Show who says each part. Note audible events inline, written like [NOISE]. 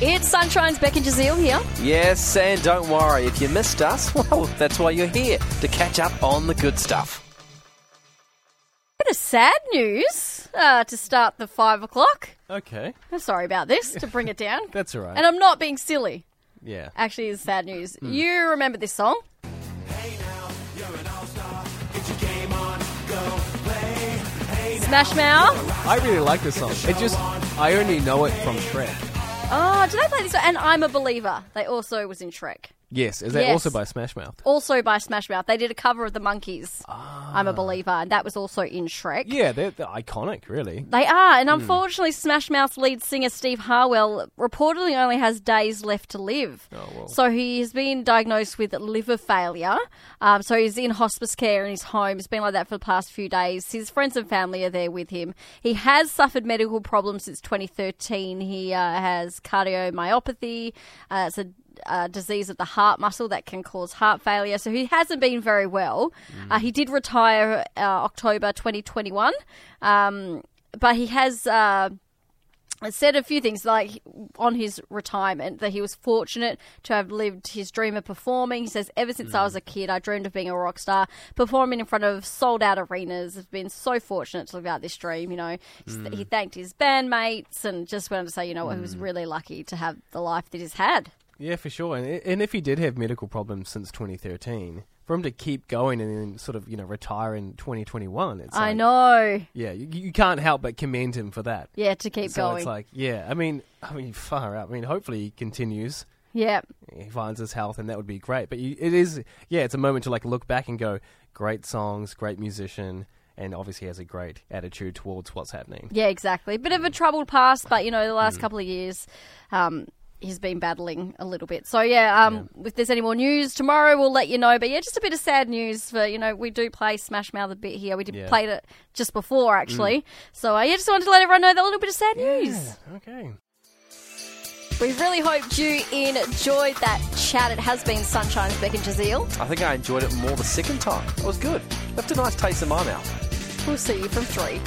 Speaker 1: It's Sunshine's Becky Jazeel here.
Speaker 2: Yes, and don't worry, if you missed us, [LAUGHS] well, that's why you're here, to catch up on the good stuff.
Speaker 1: Bit of sad news uh, to start the five o'clock.
Speaker 2: Okay,
Speaker 1: I'm sorry about this to bring it down.
Speaker 2: [LAUGHS] that's all right. Hmm.
Speaker 1: and I'm not being silly.
Speaker 2: yeah.
Speaker 1: Actually, it's sad news. You remember this song? Smash Mouth.
Speaker 3: I really like this song. It just, I only know it from Shrek.
Speaker 1: Oh, did they play this? song? And I'm a Believer. They also was in Shrek.
Speaker 3: Yes, is that
Speaker 1: Yes.
Speaker 3: also by Smash Mouth?
Speaker 1: Also by Smash Mouth. They did a cover of The Monkeys. I'm
Speaker 2: Ah.
Speaker 1: a Believer, and that was also in Shrek.
Speaker 3: Yeah, they're, they're iconic, really.
Speaker 1: They are, and unfortunately, Smash Mouth lead singer Steve Harwell reportedly only has days left to live. Oh,
Speaker 3: well.
Speaker 1: So he has been diagnosed with liver failure. Um, so he's in hospice care in his home. It's been like that for the past few days. His friends and family are there with him. He has suffered medical problems since 2013. He uh, has cardiomyopathy. Uh, it's a uh, disease of the heart muscle that can cause heart failure. So he hasn't been very well. Uh, he did retire uh, October 2021, um, but he has. Uh, said a few things like on his retirement that he was fortunate to have lived his dream of performing. He says, Ever since I
Speaker 3: Mm.
Speaker 1: was a kid, I dreamed of being a rock star, performing in front of sold out arenas. I've been so fortunate to live out this dream, you know. He's- He
Speaker 3: Mm.
Speaker 1: thanked his bandmates and just wanted to say, you know what, he was really lucky to have the life that he's had.
Speaker 3: Yeah, for sure. And, i- and if he did have medical problems since 2013, for him to keep going and then sort of, you know, retire in 2021, it's
Speaker 1: I
Speaker 3: like-
Speaker 1: know.
Speaker 3: Yeah, you, you can't help but commend him for that.
Speaker 1: Yeah, to keep
Speaker 3: so
Speaker 1: going.
Speaker 3: it's like, yeah, I mean, I mean, far out. I mean, hopefully he continues,
Speaker 1: yeah.
Speaker 3: he finds his health, and that would be great. But you, it is, yeah, it's a moment to like look back and go, great songs, great musician, and obviously has a great attitude towards what's happening.
Speaker 1: Yeah, exactly. Bit of a troubled past, but you know, the last couple of years, um, he's been battling a little bit. So yeah, um, if there's any more news tomorrow, we'll let you know. But yeah, just a bit of sad news for you know we do play Smash Mouth a bit here. We did
Speaker 3: Yeah.
Speaker 1: played it just before actually. So uh, yeah, just wanted to let everyone know that little bit of sad news.
Speaker 3: Okay.
Speaker 1: We really hoped you enjoyed that chat. It has been Sunshine's Beck and Jazeel.
Speaker 2: I think I enjoyed it more the second time. It was good. Left a nice taste in my mouth.
Speaker 1: We'll see you from three.